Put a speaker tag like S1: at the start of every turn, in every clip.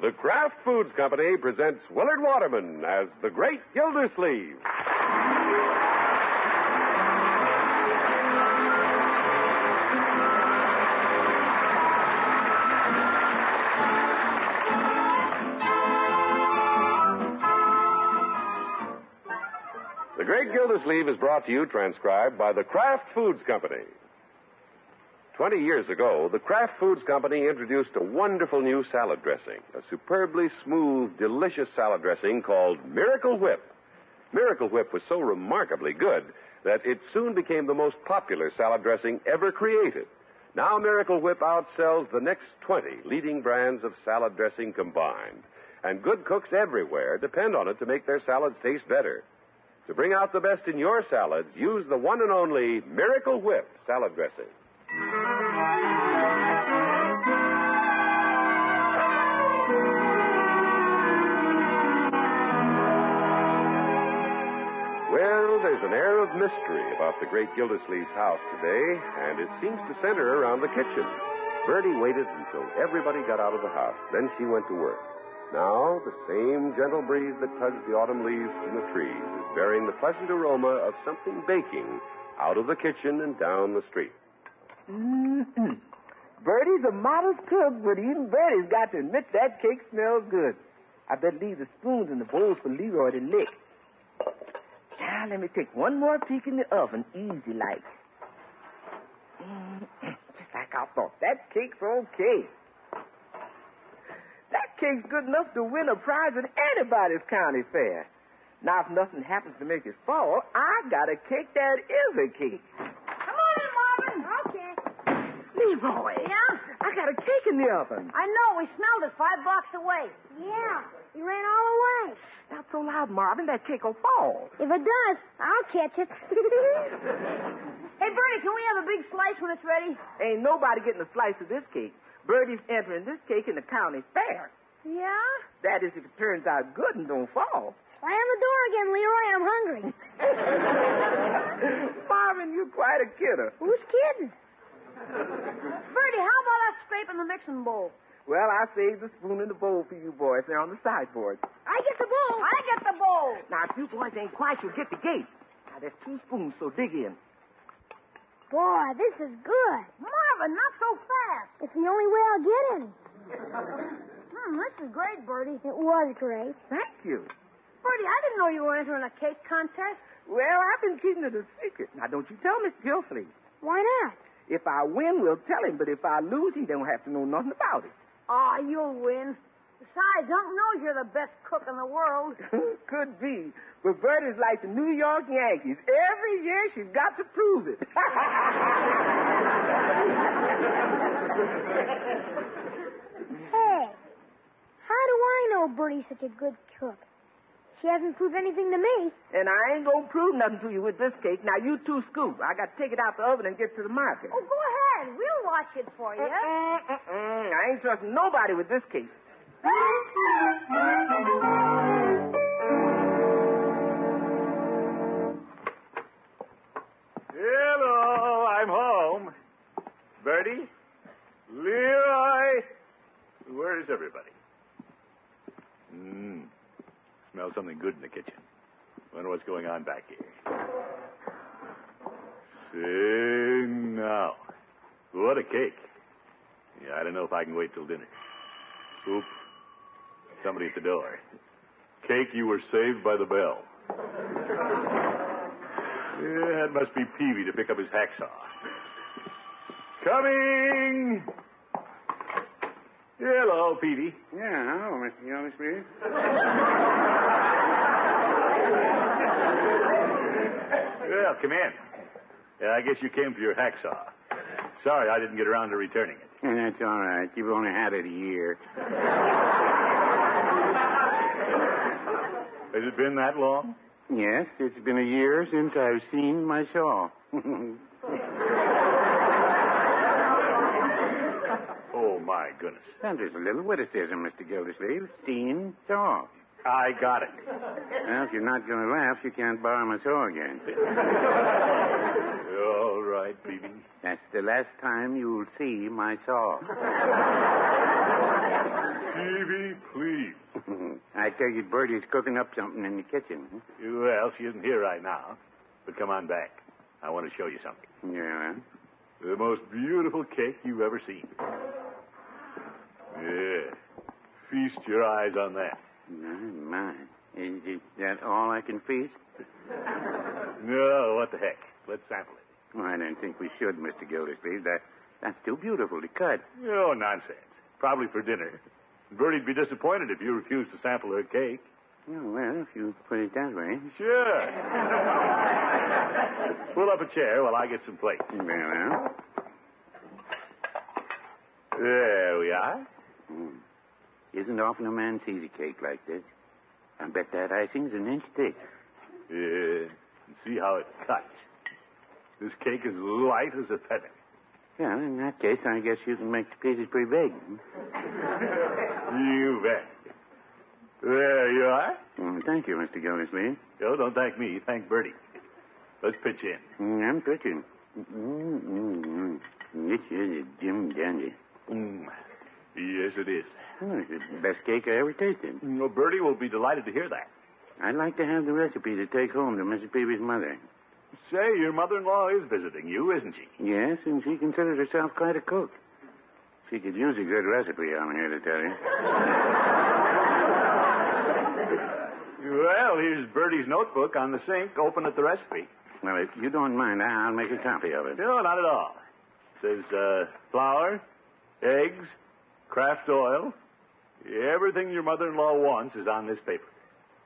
S1: The Kraft Foods Company presents Willard Waterman as the Great Gildersleeve. The Great Gildersleeve is brought to you, transcribed by the Kraft Foods Company. Twenty years ago, the Kraft Foods Company introduced a wonderful new salad dressing, a superbly smooth, delicious salad dressing called Miracle Whip. Miracle Whip was so remarkably good that it soon became the most popular salad dressing ever created. Now Miracle Whip outsells the next 20 leading brands of salad dressing combined, and good cooks everywhere depend on it to make their salads taste better. To bring out the best in your salads, use the one and only Miracle Whip salad dressing. Well, there's an air of mystery about the great Gildersleeve's house today, and it seems to center around the kitchen. Bertie waited until everybody got out of the house. Then she went to work. Now, the same gentle breeze that tugs the autumn leaves from the trees is bearing the pleasant aroma of something baking out of the kitchen and down the street.
S2: Mm-mm. Mm-hmm. Bertie's a modest cook, but even Bertie's got to admit that cake smells good. I better leave the spoons and the bowls for Leroy to lick. Now, let me take one more peek in the oven, easy like. Mm, Just like I thought. That cake's okay. That cake's good enough to win a prize at anybody's county fair. Now, if nothing happens to make it fall, I got a cake that is a cake.
S3: Come on in, Marvin. Okay.
S2: Leroy.
S3: Yeah?
S2: I got a cake in the oven.
S3: I know. We smelled it five blocks away. Yeah. You ran all the way.
S2: Not so loud, Marvin. That cake will fall.
S3: If it does, I'll catch it. hey, Bertie, can we have a big slice when it's ready?
S2: Ain't nobody getting a slice of this cake. Bertie's entering this cake in the county fair.
S3: Yeah?
S2: That is, if it turns out good and don't fall.
S3: Slam the door again, Leroy. I'm hungry.
S2: Marvin, you're quite a kidder.
S3: Who's kidding? Bertie, how about us scraping the mixing bowl?
S2: Well, I saved the spoon and the bowl for you boys. They're on the sideboard.
S3: I get the bowl. I get the bowl.
S2: Now, if you boys ain't quiet, you'll get the gate. Now, there's two spoons, so dig in.
S3: Boy, this is good. Marvin, not so fast. It's the only way I'll get any. hmm, this is great, Bertie. It was great.
S2: Thank you.
S3: Bertie, I didn't know you were entering a cake contest.
S2: Well, I've been keeping it a secret. Now, don't you tell Miss Gilfley.
S3: Why not?
S2: If I win, we'll tell him, but if I lose, he don't have to know nothing about it.
S3: Oh, you'll win. Besides, Unc knows you're the best cook in the world.
S2: Could be. But Bertie's like the New York Yankees. Every year she's got to prove it.
S3: Hey, how do I know Bertie's such a good cook? She hasn't proved anything to me.
S2: and I ain't gonna prove nothing to you with this cake. Now you two scoop. I gotta take it out the oven and get to the market.
S3: Oh, go ahead. We'll watch it for you.
S2: Mm-mm, mm-mm. I ain't trusting nobody with this cake.
S4: Hello, I'm home. Bertie? Leroy? Where is everybody? Mmm. Smells something good in the kitchen. Wonder what's going on back here. Sing now. What a cake. Yeah, I don't know if I can wait till dinner. Oop. Somebody at the door. Cake, you were saved by the bell. Yeah, that must be Peavy to pick up his hacksaw. Coming! Hello, Peavy.
S5: Yeah, hello, Mr. Gildersleeve.
S4: Well, come in. Yeah, I guess you came for your hacksaw. Sorry I didn't get around to returning it.
S5: That's all right. You've only had it a year.
S4: Has it been that long?
S5: Yes, it's been a year since I've seen my saw.
S4: Oh, my goodness.
S5: that is a little witticism, Mr. Gildersleeve. Seen saw.
S4: I got it.
S5: Well, if you're not going to laugh, you can't borrow my saw again.
S4: All right, Peavy.
S5: That's the last time you'll see my saw.
S4: Stevie, please.
S5: I tell you, Bertie's cooking up something in the kitchen.
S4: Well, she isn't here right now. But come on back. I want to show you something.
S5: Yeah.
S4: The most beautiful cake you've ever seen. Yeah. Feast your eyes on that.
S5: My,
S4: Mm-hmm.
S5: my. Is, is that all I can feast?
S4: No, Oh, what the heck. Let's sample it.
S5: Well, I don't think we should, Mr. Gildersleeve. That, that's too beautiful to cut.
S4: No Oh, nonsense. Probably for dinner. Bertie'd be disappointed if you refused to sample her cake.
S5: Yeah, well, if you put it that way.
S4: Sure. Pull up a chair while I get some plates.
S5: Well,
S4: There we are.
S5: mm. isn't often a man sees a cake like this. I bet that icing's an inch thick.
S4: Yeah. And see how it cuts. This cake is light as a feather.
S5: Yeah, in that case, I guess you can make the pieces pretty big.
S4: You bet. There you are.
S5: Mm, thank you, Mr. Gildersleeve.
S4: Oh, don't thank me. Thank Bertie. Let's pitch in.
S5: Mm, I'm pitching. Mm, mm, mm. This is a Jim Dandy.
S4: Mm. Yes, it is. Mm,
S5: Oh, it's the best cake I ever tasted.
S4: Well, Bertie will be delighted to hear that.
S5: I'd like to have the recipe to take home to Mrs. Peavy's mother.
S4: Say, your mother-in-law is visiting you, isn't she?
S5: Yes, and she considers herself quite a cook. She could use a good recipe, I'm here to tell you.
S4: Well, here's Bertie's notebook on the sink. Open at the recipe.
S5: Well, if you don't mind, I- I'll make a copy of it.
S4: No, not at all. Says uh, flour, eggs, craft oil. Everything your mother-in-law wants is on this paper.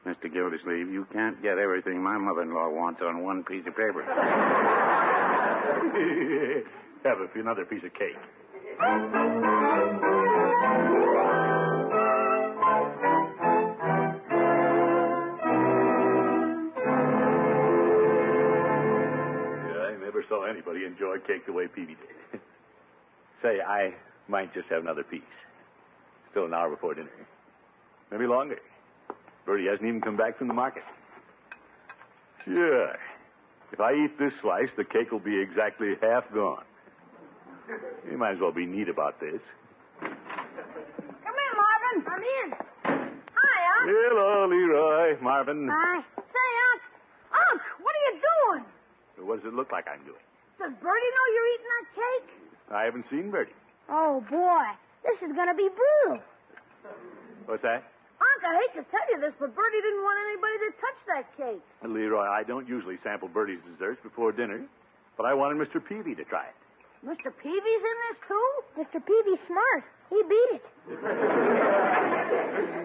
S5: Mr. Gildersleeve, you can't get everything my mother-in-law wants on one piece of paper.
S4: Have a, another piece of cake. Yeah, I never saw anybody enjoy cake the way Peavy did. Say, I might just have another piece. Still an hour before dinner. Maybe longer. Bertie hasn't even come back from the market. Sure. If I eat this slice, the cake will be exactly half gone. You might as well be neat about this.
S3: Come in, Marvin. I'm in. Hiya.
S4: Hello, Leroy, Marvin.
S3: Hi. Say, Unc. Unc, what are you doing?
S4: What does it look like I'm doing?
S3: Does Bertie know you're eating that cake?
S4: I haven't seen Bertie.
S3: Oh, boy. This is going to be brutal.
S4: What's that?
S3: Unc, I hate to tell you this, but Bertie didn't want anybody to touch that cake.
S4: Leroy, I don't usually sample Bertie's desserts before dinner, but I wanted Mr. Peavy to try it.
S3: Mr. Peavy's in this, too? Mr. Peavy's smart. He beat it.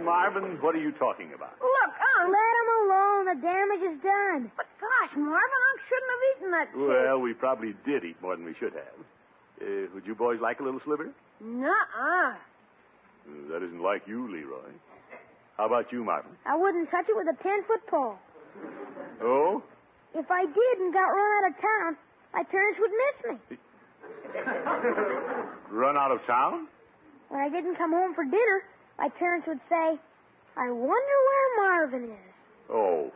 S4: Marvin, what are you talking about?
S3: Look, Unc. Let him alone. The damage is done. But gosh, Marvin, Unc shouldn't have eaten that cake.
S4: Well, we probably did eat more than we should have. Uh, would you boys like a little sliver?
S3: Nuh-uh.
S4: Uh, That isn't like you, Leroy. How about you, Marvin?
S3: I wouldn't touch it with a ten-foot pole.
S4: Oh?
S3: If I did and got run out of town, my parents would miss me.
S4: Run out of town?
S3: When I didn't come home for dinner, my parents would say, I wonder where Marvin is.
S4: Oh,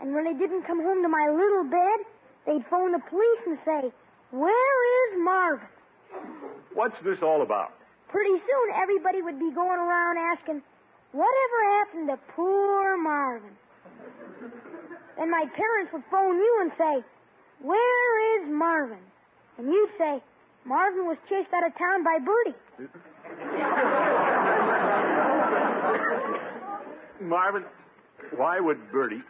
S3: And when I didn't come home to my little bed, they'd phone the police and say, Where is Marvin?
S4: what's this all about?
S3: Pretty soon, everybody would be going around asking, Whatever happened to poor Marvin? Then my parents would phone you and say, Where is Marvin? And you'd say, Marvin was chased out of town by Bertie.
S4: Marvin, why would Bertie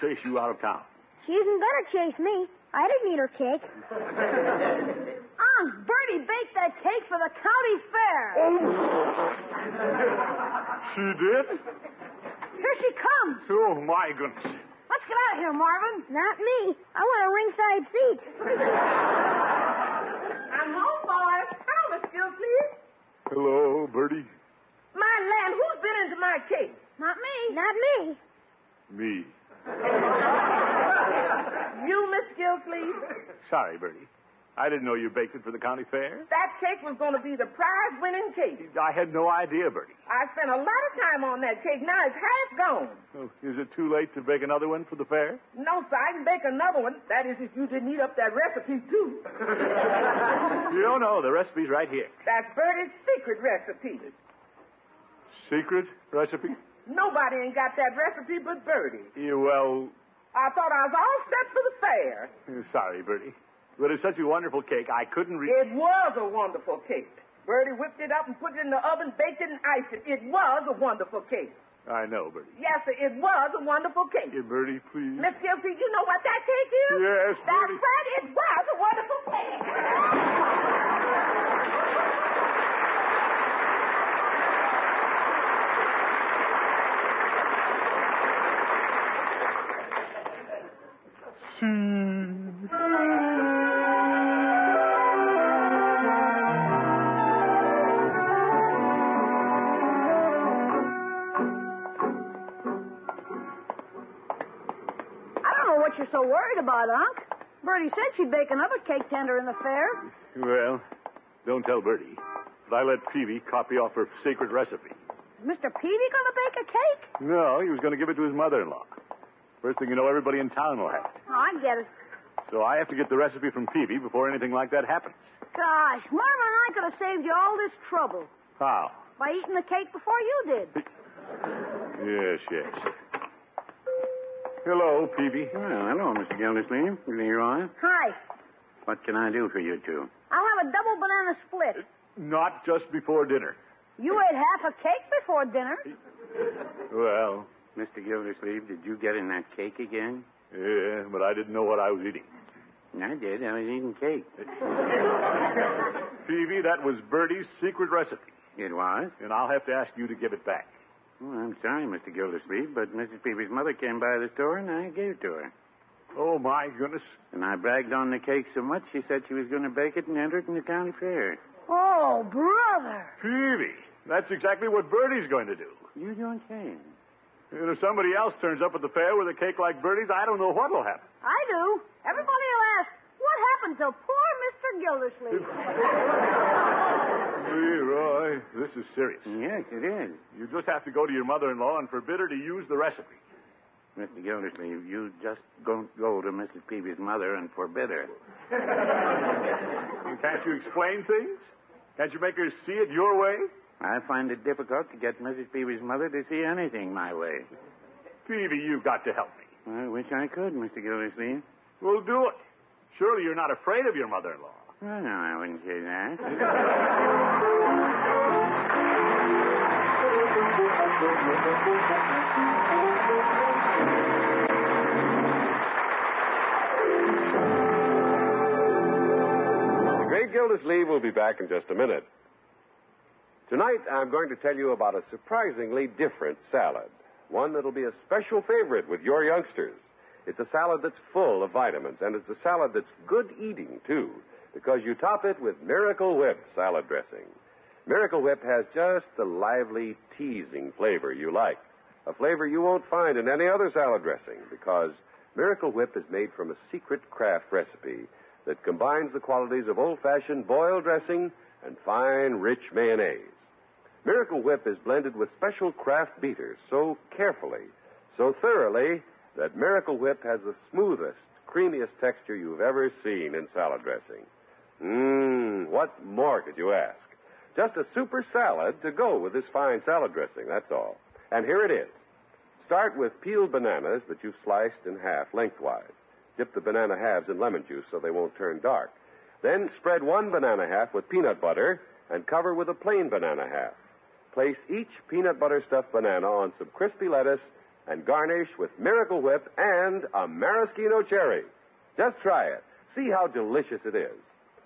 S4: chase you out of town?
S3: She isn't gonna chase me. I didn't eat her cake. Aunt Ah, Bertie baked that cake for the county fair.
S4: Oh! She did?
S3: Here she comes.
S4: Oh, my goodness.
S3: Let's get out of here, Marvin. Not me. I want a ringside seat.
S6: I'm home, boys. Hello, Miss Gill, please.
S4: Hello, Bertie.
S6: My land, who's been into my cake?
S3: Not me. Not me.
S4: Me.
S6: You, Miss Gill, please.
S4: Sorry, Bertie. I didn't know you baked it for the county fair.
S6: That cake was going to be the prize-winning cake.
S4: I had no idea, Bertie.
S6: I spent a lot of time on that cake. Now it's half gone.
S4: Oh, is it too late to bake another one for the fair?
S6: No, sir, I can bake another one. That is, if you didn't eat up that recipe, too.
S4: You don't know. The recipe's right here.
S6: That's Bertie's secret recipe.
S4: secret recipe?
S2: Nobody ain't got that recipe but Bertie.
S4: Yeah, well,
S2: I thought I was all set for the fair.
S4: sorry, Bertie. But it's such a wonderful cake, I couldn't re-
S2: It was a wonderful cake. Bertie whipped it up and put it in the oven, baked it and iced it. It was a wonderful cake.
S4: I know, Bertie.
S2: Yes, sir, it was a wonderful cake.
S4: Yeah, Bertie, please.
S2: Miss Gilsey, you know what that cake is?
S4: Yes,
S2: That's
S4: Bertie.
S2: right, it was a wonderful cake.
S3: I don't know what you're so worried about, Unc. Bertie said she'd bake another cake tender in the fair.
S4: Well, don't tell Bertie. But I let Peavy copy off her secret recipe.
S3: Mr. Peavy gonna bake a cake?
S4: No, he was going to give it to his mother-in-law. First thing you know, everybody in town will have it.
S3: Oh, I get it.
S4: So I have to get the recipe from Peavy before anything like that happens.
S3: Gosh, Marvin and I could have saved you all this trouble
S4: How?
S3: by eating the cake before you did.
S4: Yes, yes. Hello, Peavy.
S5: Well, hello, Mr. Gildersleeve. Leroy,
S3: Hi.
S5: what can I do for you two?
S3: I'll have a double banana split.
S4: Not just before dinner.
S3: You ate half a cake before dinner.
S4: Well,
S5: Mr. Gildersleeve, did you get in that cake again?
S4: yeah, but I didn't know what I was eating.
S5: I did. I was eating cake.
S4: Peavy, that was Bertie's secret recipe,
S5: It was?
S4: and I'll have to ask you to give it back.
S5: Well, I'm sorry, Mr. Gildersleeve, but Mrs. Peavy's mother came by the store and I gave it to her.
S4: Oh, my goodness.
S5: And I bragged on the cake so much she said she was going to bake it and enter it in the county fair.
S3: Oh, brother.
S4: Peavy, that's exactly what Bertie's going to do.
S5: You don't say.
S4: And if somebody else turns up at the fair with a cake like Bertie's, I don't know what'll happen.
S3: I do. Everybody will ask, what happened to poor Mr. Gildersleeve?
S4: Leroy, this is serious.
S5: Yes, it is.
S4: You just have to go to your mother-in-law and forbid her to use the recipe.
S5: Mr. Gildersleeve, you just don't go to Mrs. Peavy's mother and forbid her.
S4: And can't you explain things? Can't you make her see it your way?
S5: I find it difficult to get Mrs. Peavy's mother to see anything my way.
S4: Peavy, you've got to help me.
S5: I wish I could, Mr. Gildersleeve.
S4: We'll do it. Surely you're not afraid of your mother-in-law.
S5: Well, no, I wouldn't say that.
S1: The great Gildersleeve will be back in just a minute. Tonight, I'm going to tell you about a surprisingly different salad. One that'll be a special favorite with your youngsters. It's a salad that's full of vitamins, and it's a salad that's good eating, too, because you top it with Miracle Whip salad dressing. Miracle Whip has just the lively, teasing flavor you like. A flavor you won't find in any other salad dressing because Miracle Whip is made from a secret craft recipe that combines the qualities of old fashioned boiled dressing and fine, rich mayonnaise. Miracle Whip is blended with special craft beaters so carefully, so thoroughly, that Miracle Whip has the smoothest, creamiest texture you've ever seen in salad dressing. Mmm, what more could you ask? Just a super salad to go with this fine salad dressing, that's all. And here it is. Start with peeled bananas that you've sliced in half lengthwise. Dip the banana halves in lemon juice so they won't turn dark. Then spread one banana half with peanut butter and cover with a plain banana half. Place each peanut butter stuffed banana on some crispy lettuce and garnish with Miracle Whip and a maraschino cherry. Just try it. See how delicious it is.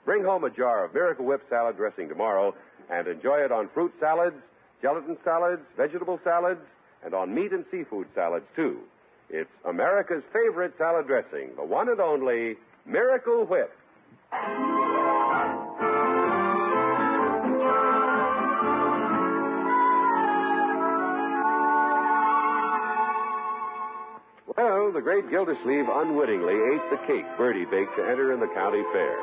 S1: Bring home a jar of Miracle Whip salad dressing tomorrow and enjoy it on fruit salads, gelatin salads, vegetable salads, and on meat and seafood salads, too. It's America's favorite salad dressing, the one and only Miracle Whip. Well, the great Gildersleeve unwittingly ate the cake Bertie baked to enter in the county fair.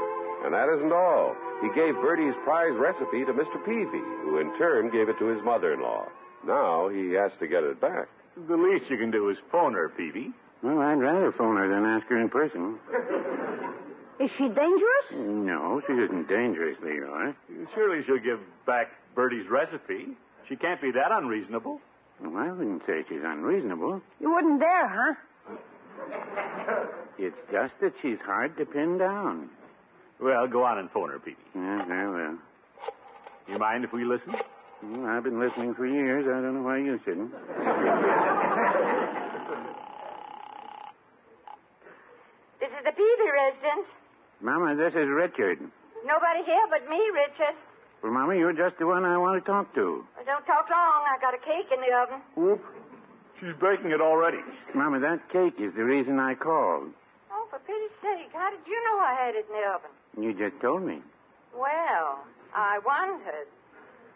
S1: And that isn't all. He gave Bertie's prize recipe to Mr. Peavy, who in turn gave it to his mother in law. Now he has to get it back.
S4: The least you can do is phone her, Peavy.
S5: Well, I'd rather phone her than ask her in person.
S3: Is she dangerous?
S5: No, she isn't dangerous, Leroy.
S4: Surely she'll give back Bertie's recipe. She can't be that unreasonable.
S5: Well, I wouldn't say she's unreasonable.
S7: You wouldn't dare, huh?
S5: It's just that she's hard to pin down.
S4: Well, go on and phone her, Petey.
S5: Yeah, very well.
S4: You mind if we listen?
S5: well. I've been listening for years. I don't know why you shouldn't.
S8: This is the Peavy residence.
S5: Mama, this is Richard.
S8: Nobody here but me, Richard.
S5: Well, Mama, you're just the one I want to talk to.
S8: Well, Don't talk long. I got a cake in the oven.
S4: Whoop. She's breaking it already.
S5: Mama, that cake is the reason I called.
S8: Oh, for pity's sake, how did you know I had it in the oven?
S5: You just told me.
S8: Well, I wondered.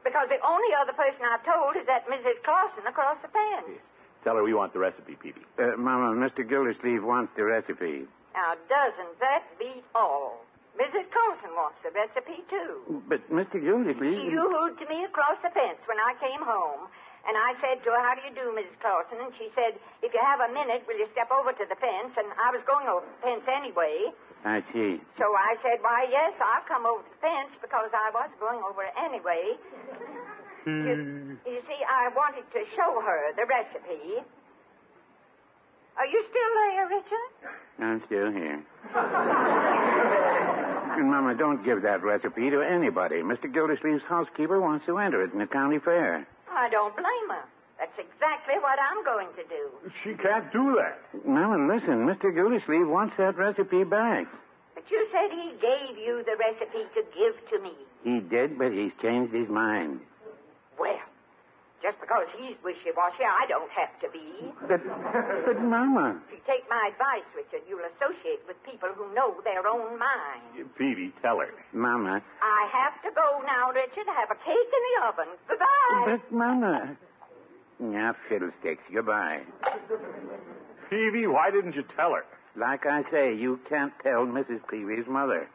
S8: Because the only other person I've told is that Mrs. Clausen across the pen.
S4: Tell her we want the recipe, Petey.
S5: Uh, Mama, Mr. Gildersleeve wants the recipe.
S8: Now, doesn't that beat all? Mrs. Clausen wants the recipe, too.
S5: But Mr. Gildersleeve.
S8: She yoo-hooed to me across the fence when I came home. And I said to her, How do you do, Mrs. Carlson? And she said, If you have a minute, will you step over to the fence? And I was going over the fence anyway.
S5: I see.
S8: So I said, Why, yes, I'll come over to the fence because I was going over it anyway. you, you see, I wanted to show her the recipe. Are you still there, Richard?
S5: I'm still here. And Mama, don't give that recipe to anybody. Mr. Gildersleeve's housekeeper wants to enter it in the county fair.
S8: I don't blame her. That's exactly what I'm going to do.
S4: She can't do that.
S5: Mama, listen, Mr. Gildersleeve wants that recipe back.
S8: But you said he gave you the recipe to give to me.
S5: He did, but he's changed his mind.
S8: Well, just because he's wishy-washy, I don't have to be.
S5: But, but Mama.
S8: If you take my advice, Richard, you'll associate with people who know their own mind.
S4: Petey, tell her.
S5: Mama.
S8: I have to go now, Richard. I have a cake in the oven. Goodbye.
S5: But Mama. Yeah, fiddlesticks. Goodbye.
S4: Peavy, why didn't you tell her?
S5: Like I say, you can't tell Mrs. Peavy's mother.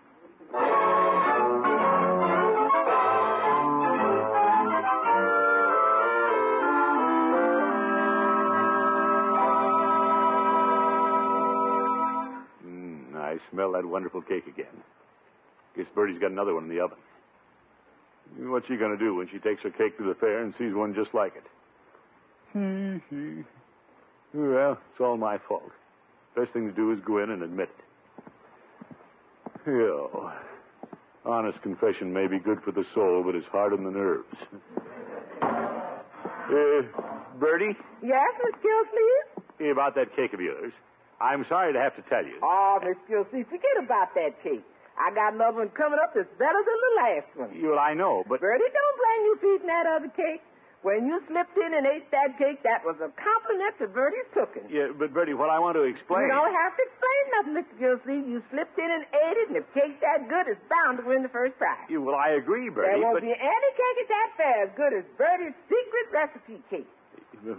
S4: Mm, I smell that wonderful cake again. Guess Bertie's got another one in the oven. What's she going to do when she takes her cake to the fair and sees one just like it? well, it's all my fault. Best thing to do is go in and admit it. Yo, honest confession may be good for the soul, but it's hard on the nerves. uh, Bertie,
S2: Yes, Miss Gilsleeve?
S4: about that cake of yours. I'm sorry to have to tell you.
S2: Oh, Miss Gilsleeve, forget about that cake. I got another one coming up that's better than the last one.
S4: Well, I know, but
S2: Bertie, don't blame you for eating that other cake. When you slipped in and ate that cake, that was a compliment to Bertie's cooking.
S4: yeah, but Bertie, what I want to explain.
S2: You don't have to explain nothing, Mr. Gilsleeve. You slipped in and ate it, and if cake's that good, it's bound to win the first prize.
S4: You- well, I agree,
S2: there
S4: Bertie.
S2: won't
S4: but
S2: be any cake at that fair as good as Bertie's secret recipe cake.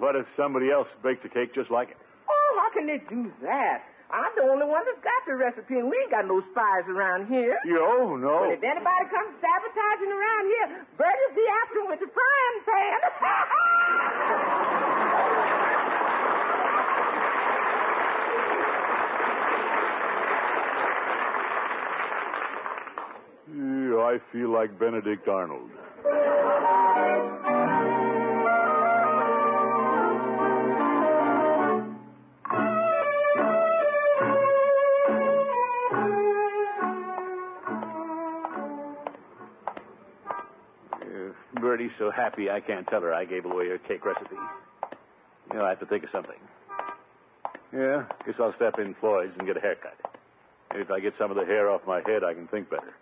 S4: what if somebody else baked a cake just like it?
S2: Oh, how can they do that? I'm the only one that's got the recipe, and we ain't got no spies around here.
S4: You, oh
S2: But
S4: no!
S2: if anybody comes sabotaging around here, Bertie'll be after 'em with the frying pan.
S4: Yeah, I feel like Benedict Arnold. Uh, Bertie's so happy I can't tell her I gave away her cake recipe. You know, I have to think of something. Yeah, guess I'll step in Floyd's and get a haircut. Maybe if I get some of the hair off my head, I can think better.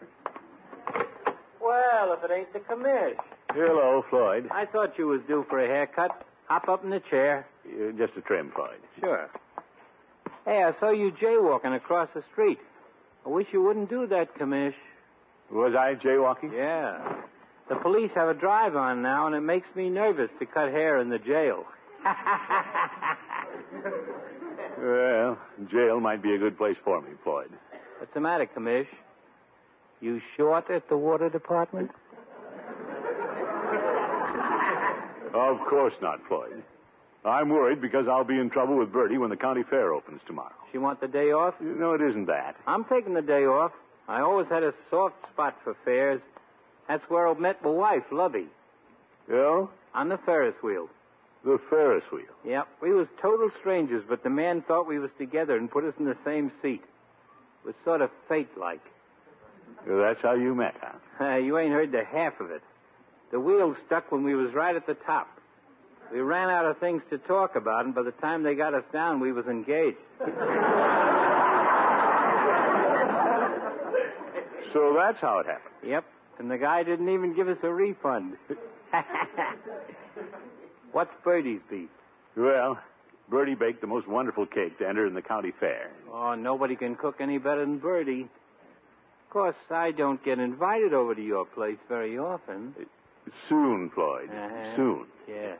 S9: Well, if it ain't the commish.
S4: Hello, Floyd.
S9: I thought you was due for a haircut. Hop up in the chair.
S4: Uh, just a trim, Floyd.
S9: Sure. Hey, I saw you jaywalking across the street. I wish you wouldn't do that, commish.
S4: Was I jaywalking?
S9: Yeah. The police have a drive on now, and it makes me nervous to cut hair in the jail.
S4: Well, jail might be a good place for me, Floyd.
S9: What's the matter, commish? You short at the water department?
S4: Of course not, Floyd. I'm worried because I'll be in trouble with Bertie when the county fair opens tomorrow.
S9: She want the day off?
S4: You know, it isn't that.
S9: I'm taking the day off. I always had a soft spot for fairs. That's where I met my wife, Lovey.
S4: You know?
S9: On the Ferris wheel.
S4: The Ferris wheel.
S9: Yep. We was total strangers, but the man thought we was together and put us in the same seat. It was sort of fate-like.
S4: Well, that's how you met, huh?
S9: Uh, you ain't heard the half of it. The wheel stuck when we was right at the top. We ran out of things to talk about, and by the time they got us down, we was engaged.
S4: So that's how it happened.
S9: Yep. And the guy didn't even give us a refund. What's Birdie's beat?
S4: Well, Bertie baked the most wonderful cake to enter in the county fair.
S9: Oh, nobody can cook any better than Birdie. Of course, I don't get invited over to your place very often.
S4: Soon, Floyd.
S9: Uh-huh.
S4: Uh, Soon.
S9: Yeah.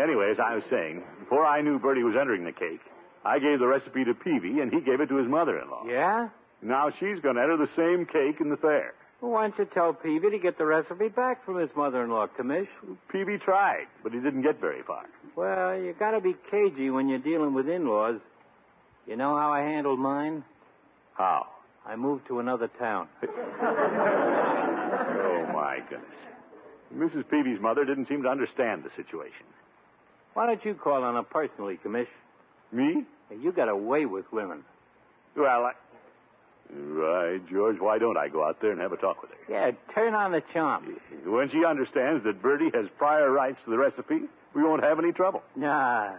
S4: Anyway, as I was saying, before I knew Bertie was entering the cake, I gave the recipe to Peavy, and he gave it to his mother-in-law.
S9: Yeah?
S4: Now she's going to enter the same cake in the fair.
S9: Well, why don't you tell Peavy to get the recipe back from his mother-in-law, Commish?
S4: Peavy tried, but he didn't get very far.
S9: Well, you gotta be cagey when you're dealing with in-laws. You know how I handled mine?
S4: How?
S9: I moved to another town.
S4: Oh, my goodness. Mrs. Peavy's mother didn't seem to understand the situation.
S9: Why don't you call on her personally, Commish?
S4: Me?
S9: You got away with women.
S4: Well, I. Right, George, why don't I go out there and have a talk with her?
S9: Yeah, turn on the charm.
S4: When she understands that Bertie has prior rights to the recipe, we won't have any trouble.
S9: Nah.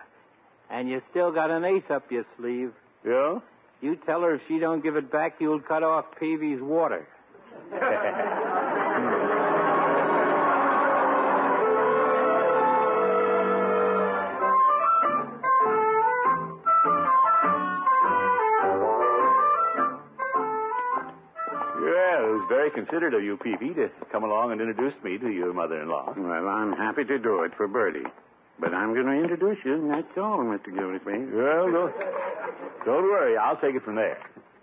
S9: And you still got an ace up your sleeve.
S4: Yeah?
S9: You tell her if she don't give it back, you'll cut off Peavy's water.
S4: Yeah, it was very considerate of you, Peavy, to come along and introduce me to your mother-in-law.
S5: Well, I'm happy to do it for Bertie. But I'm going to introduce you, and that's all, Mr. Gildersleeve.
S4: Well, don't, don't worry. I'll take it from there.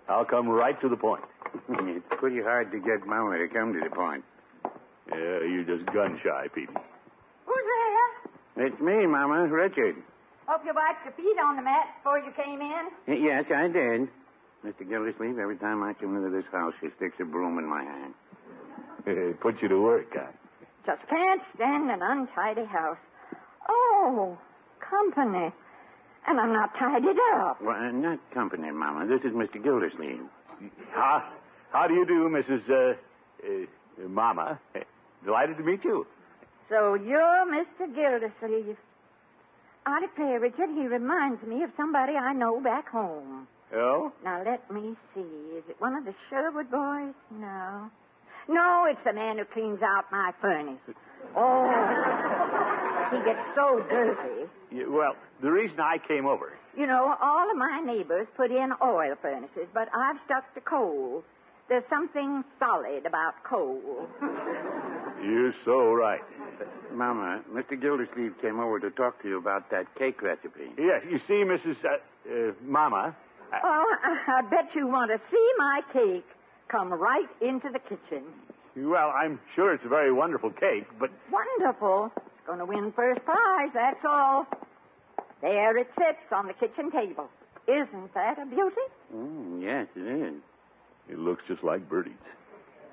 S4: I'll come right to the point.
S5: it's pretty hard to get Mama to come to the point.
S4: Yeah, you're just gun shy, Peavy.
S8: Who's there?
S5: It's me, Mama, Richard.
S8: Hope you wiped your feet on the mat before you came in.
S5: Y- Yes, I did. Mr. Gildersleeve, every time I come into this house, she sticks a broom in my hand.
S4: It put you to work, huh?
S8: Just can't stand an untidy house. Oh, company. And I'm not tidied up.
S5: Well, uh, not company, Mama. This is Mr. Gildersleeve.
S4: How, how do you do, Mrs. Uh, uh, Mama? Delighted to meet you.
S8: So you're Mr. Gildersleeve. I declare, Richard, he reminds me of somebody I know back home.
S4: Oh?
S8: Now, let me see. Is it one of the Sherwood boys? No. No, it's the man who cleans out my furnace. Oh, he gets so dirty.
S4: Yeah, well, the reason I came over.
S8: You know, all of my neighbors put in oil furnaces, but I've stuck to coal. There's something solid about coal.
S4: You're so right.
S5: Mama, Mr. Gildersleeve came over to talk to you about that cake recipe.
S4: Yes, you see, Mrs. Uh, uh, Mama.
S8: Oh, I I bet you want to see my cake. Come right into the kitchen.
S4: Well, I'm sure it's a very wonderful cake, but
S8: Wonderful. It's going to win first prize, that's all. There it sits on the kitchen table. Isn't that a beauty?
S5: Mm, yes, it is.
S4: it looks just like Bertie's.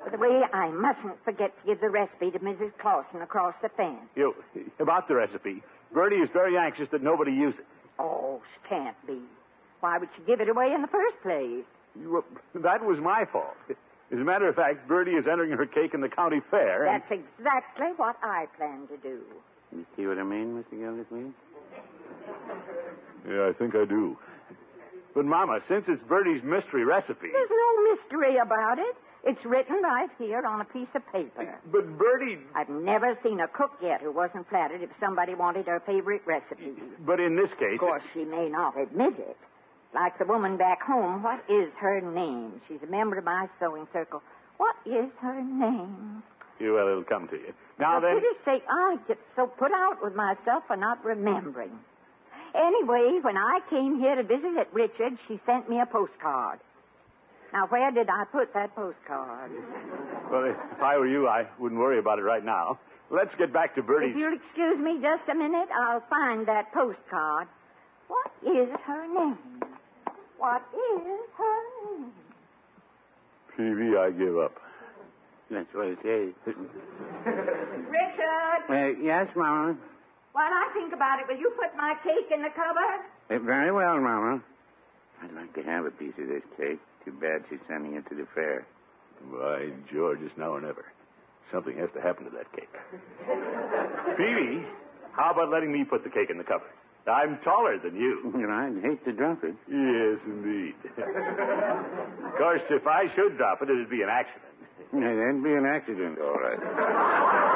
S8: By the way, I mustn't forget to give the recipe to Mrs. Clausen across the fence.
S4: You know, about the recipe, Bertie is very anxious that nobody use it.
S8: Oh, she can't be. Why would she give it away in the first place?
S4: You, that was my fault. As a matter of fact, Bertie is entering her cake in the county fair. and-
S8: That's exactly what I plan to do.
S5: You see what I mean, Mr. Gildersleeve?
S4: Yeah, I think I do. But, Mama, since it's Bertie's mystery recipe.
S8: There's no mystery about it. It's written right here on a piece of paper.
S4: But Bertie.
S8: I've never seen a cook yet who wasn't flattered if somebody wanted her favorite recipe.
S4: But in this case.
S8: Of course, she may not admit it. Like the woman back home, what is her name? She's a member of my sewing circle. What is her name?
S4: Well, it'll come to you. Now
S8: For
S4: then.
S8: goodness sake, I get so put out with myself for not remembering. Anyway, when I came here to visit at Richard, she sent me a postcard. Now, where did I put that postcard?
S4: Well, if I were you, I wouldn't worry about it right now. Let's get back to Bertie's.
S8: If you'll excuse me just a minute, I'll find that postcard. What is her name? What is her name?
S4: PV, I give up.
S5: That's what it says.
S6: Rick,
S8: Richard?
S5: Uh, yes, Mama.
S8: While I think about it, will you put my cake in the cupboard?
S5: Uh, very well, Mama. I'd like to have a piece of this cake. Too bad she's sending it to the fair.
S4: By George, it's now or never. Something has to happen to that cake. Phoebe, how about letting me put the cake in the cupboard? I'm taller than you.
S5: You know, I'd hate to drop it.
S4: Yes, indeed. of course, if I should drop it, it'd be an accident.
S5: Yeah, That'd be an accident, all right.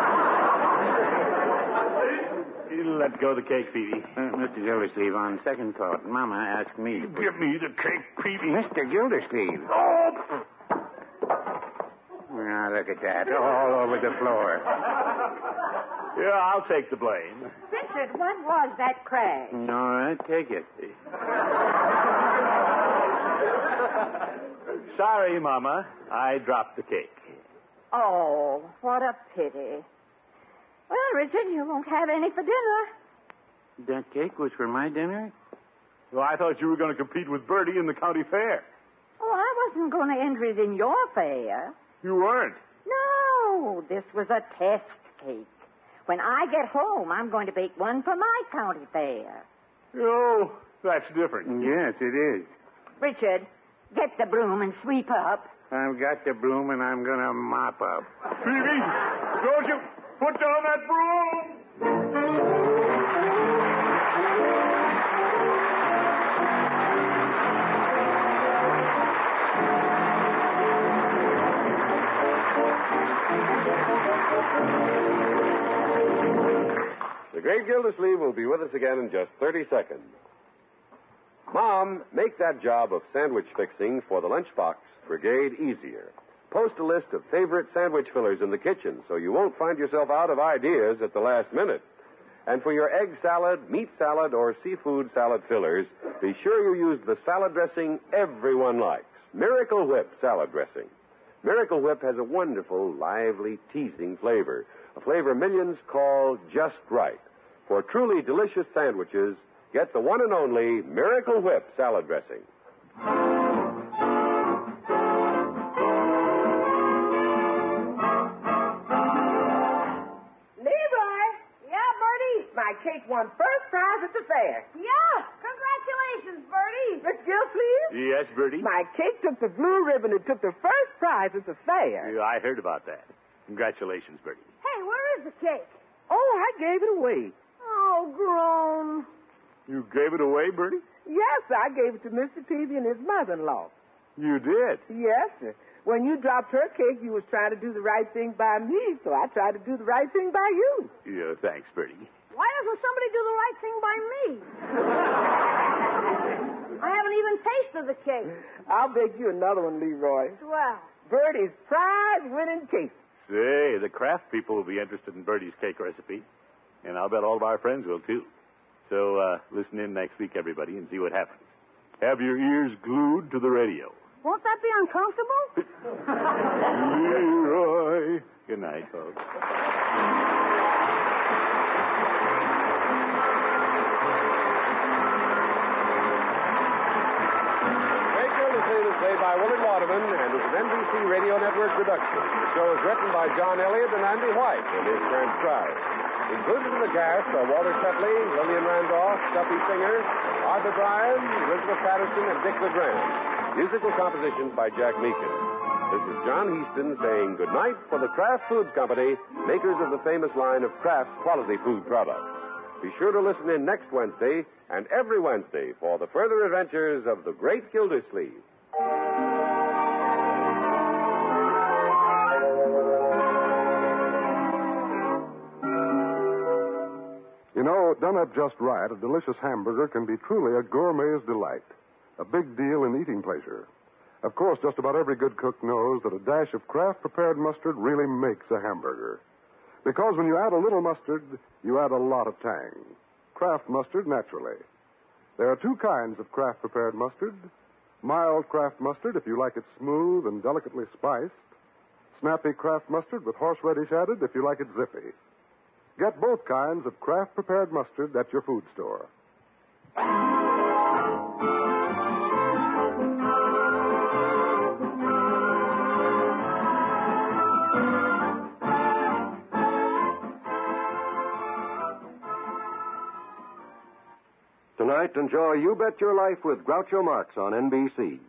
S4: Let go of the cake, Phoebe.
S5: Uh, Mr. Gildersleeve, on second thought, Mama asked me. to put-
S4: Give me the cake, Phoebe.
S5: Mr. Gildersleeve.
S4: Oh,
S5: Now, look at that. All over the floor.
S4: yeah, I'll take the blame.
S8: Richard, what was that crash?
S5: All right, take it.
S4: Sorry, Mama. I dropped the cake.
S8: Oh, what a pity. Well, Richard, you won't have any for dinner.
S5: That cake was for my dinner?
S4: Well, I thought you were going to compete with Bertie in the county fair.
S3: Oh, I wasn't going to enter it in your fair.
S4: You weren't.
S3: No, this was a test cake. When I get home, I'm going to bake one for my county fair.
S4: Oh, that's different.
S5: Yes, it is.
S3: Richard, get the broom and sweep up.
S5: I've got the broom and I'm going to mop up.
S4: Phoebe, don't you put down that broom?
S1: The great Gildersleeve will be with us again in just 30 seconds. Mom, make that job of sandwich fixing for the lunchbox brigade easier. Post a list of favorite sandwich fillers in the kitchen so you won't find yourself out of ideas at the last minute. And for your egg salad, meat salad, or seafood salad fillers, be sure you use the salad dressing everyone likes Miracle Whip salad dressing. Miracle Whip has a wonderful, lively, teasing flavor, a flavor millions call just right. For truly delicious sandwiches, get the one and only Miracle Whip salad dressing.
S2: Leroy,
S3: Yeah, Bertie?
S2: my cake won first prize at the fair.
S3: Yeah. Congratulations, Bertie.
S2: Miss Gilsleeve,
S4: Yes, Bertie.
S2: my cake took the blue ribbon and took the first prize at the fair.
S4: Yeah, I heard about that. Congratulations, Bertie.
S3: Hey, where is the cake?
S2: Oh, I gave it away.
S3: Oh, groan.
S4: You gave it away, Bertie?
S2: Yes, I gave it to Mr. Peavy and his mother-in-law.
S4: You did.
S2: Yes, sir. When you dropped her cake, you was trying to do the right thing by me, so I tried to do the right thing by you.
S4: Yeah, thanks, Bertie.
S3: Why doesn't somebody do the right thing by me? I haven't even tasted the cake.
S2: I'll bake you another one, Leroy.
S3: Well,
S2: Bertie's prize-winning cake.
S4: Say, the craft people will be interested in Bertie's cake recipe, and I'll bet all of our friends will, too. So uh, listen in next week, everybody, and see what happens. Have your ears glued to the radio.
S3: won't that be uncomfortable?
S4: Leroy. Good night, folks.
S1: Great Gildersleeve is played by Willard Waterman and is an NBC Radio Network production. The show is written by John Elliott and Andy White and is transcribed. Included in the cast are Walter Tetley, Lillian Randolph, Duffy Singer, Arthur Bryan, Elizabeth Patterson, and Dick LeGrand. Musical compositions by Jack Meekin. This is John Heaston saying good night for the Kraft Foods Company, makers of the famous line of Kraft quality food products. Be sure to listen in next Wednesday and every Wednesday for the further adventures of the great Gildersleeve.
S10: You know, done up just right, a delicious hamburger can be truly a gourmet's delight, a big deal in eating pleasure. Of course, just about every good cook knows that a dash of Kraft prepared mustard really makes a hamburger. Because when you add a little mustard, you add a lot of tang. Kraft mustard, naturally. There are two kinds of Kraft prepared mustard mild Kraft mustard, if you like it smooth and delicately spiced, snappy Kraft mustard with horseradish added, if you like it zippy. Get both kinds of Kraft prepared mustard at your food store. Tonight, enjoy You Bet Your Life with Groucho Marx on NBC.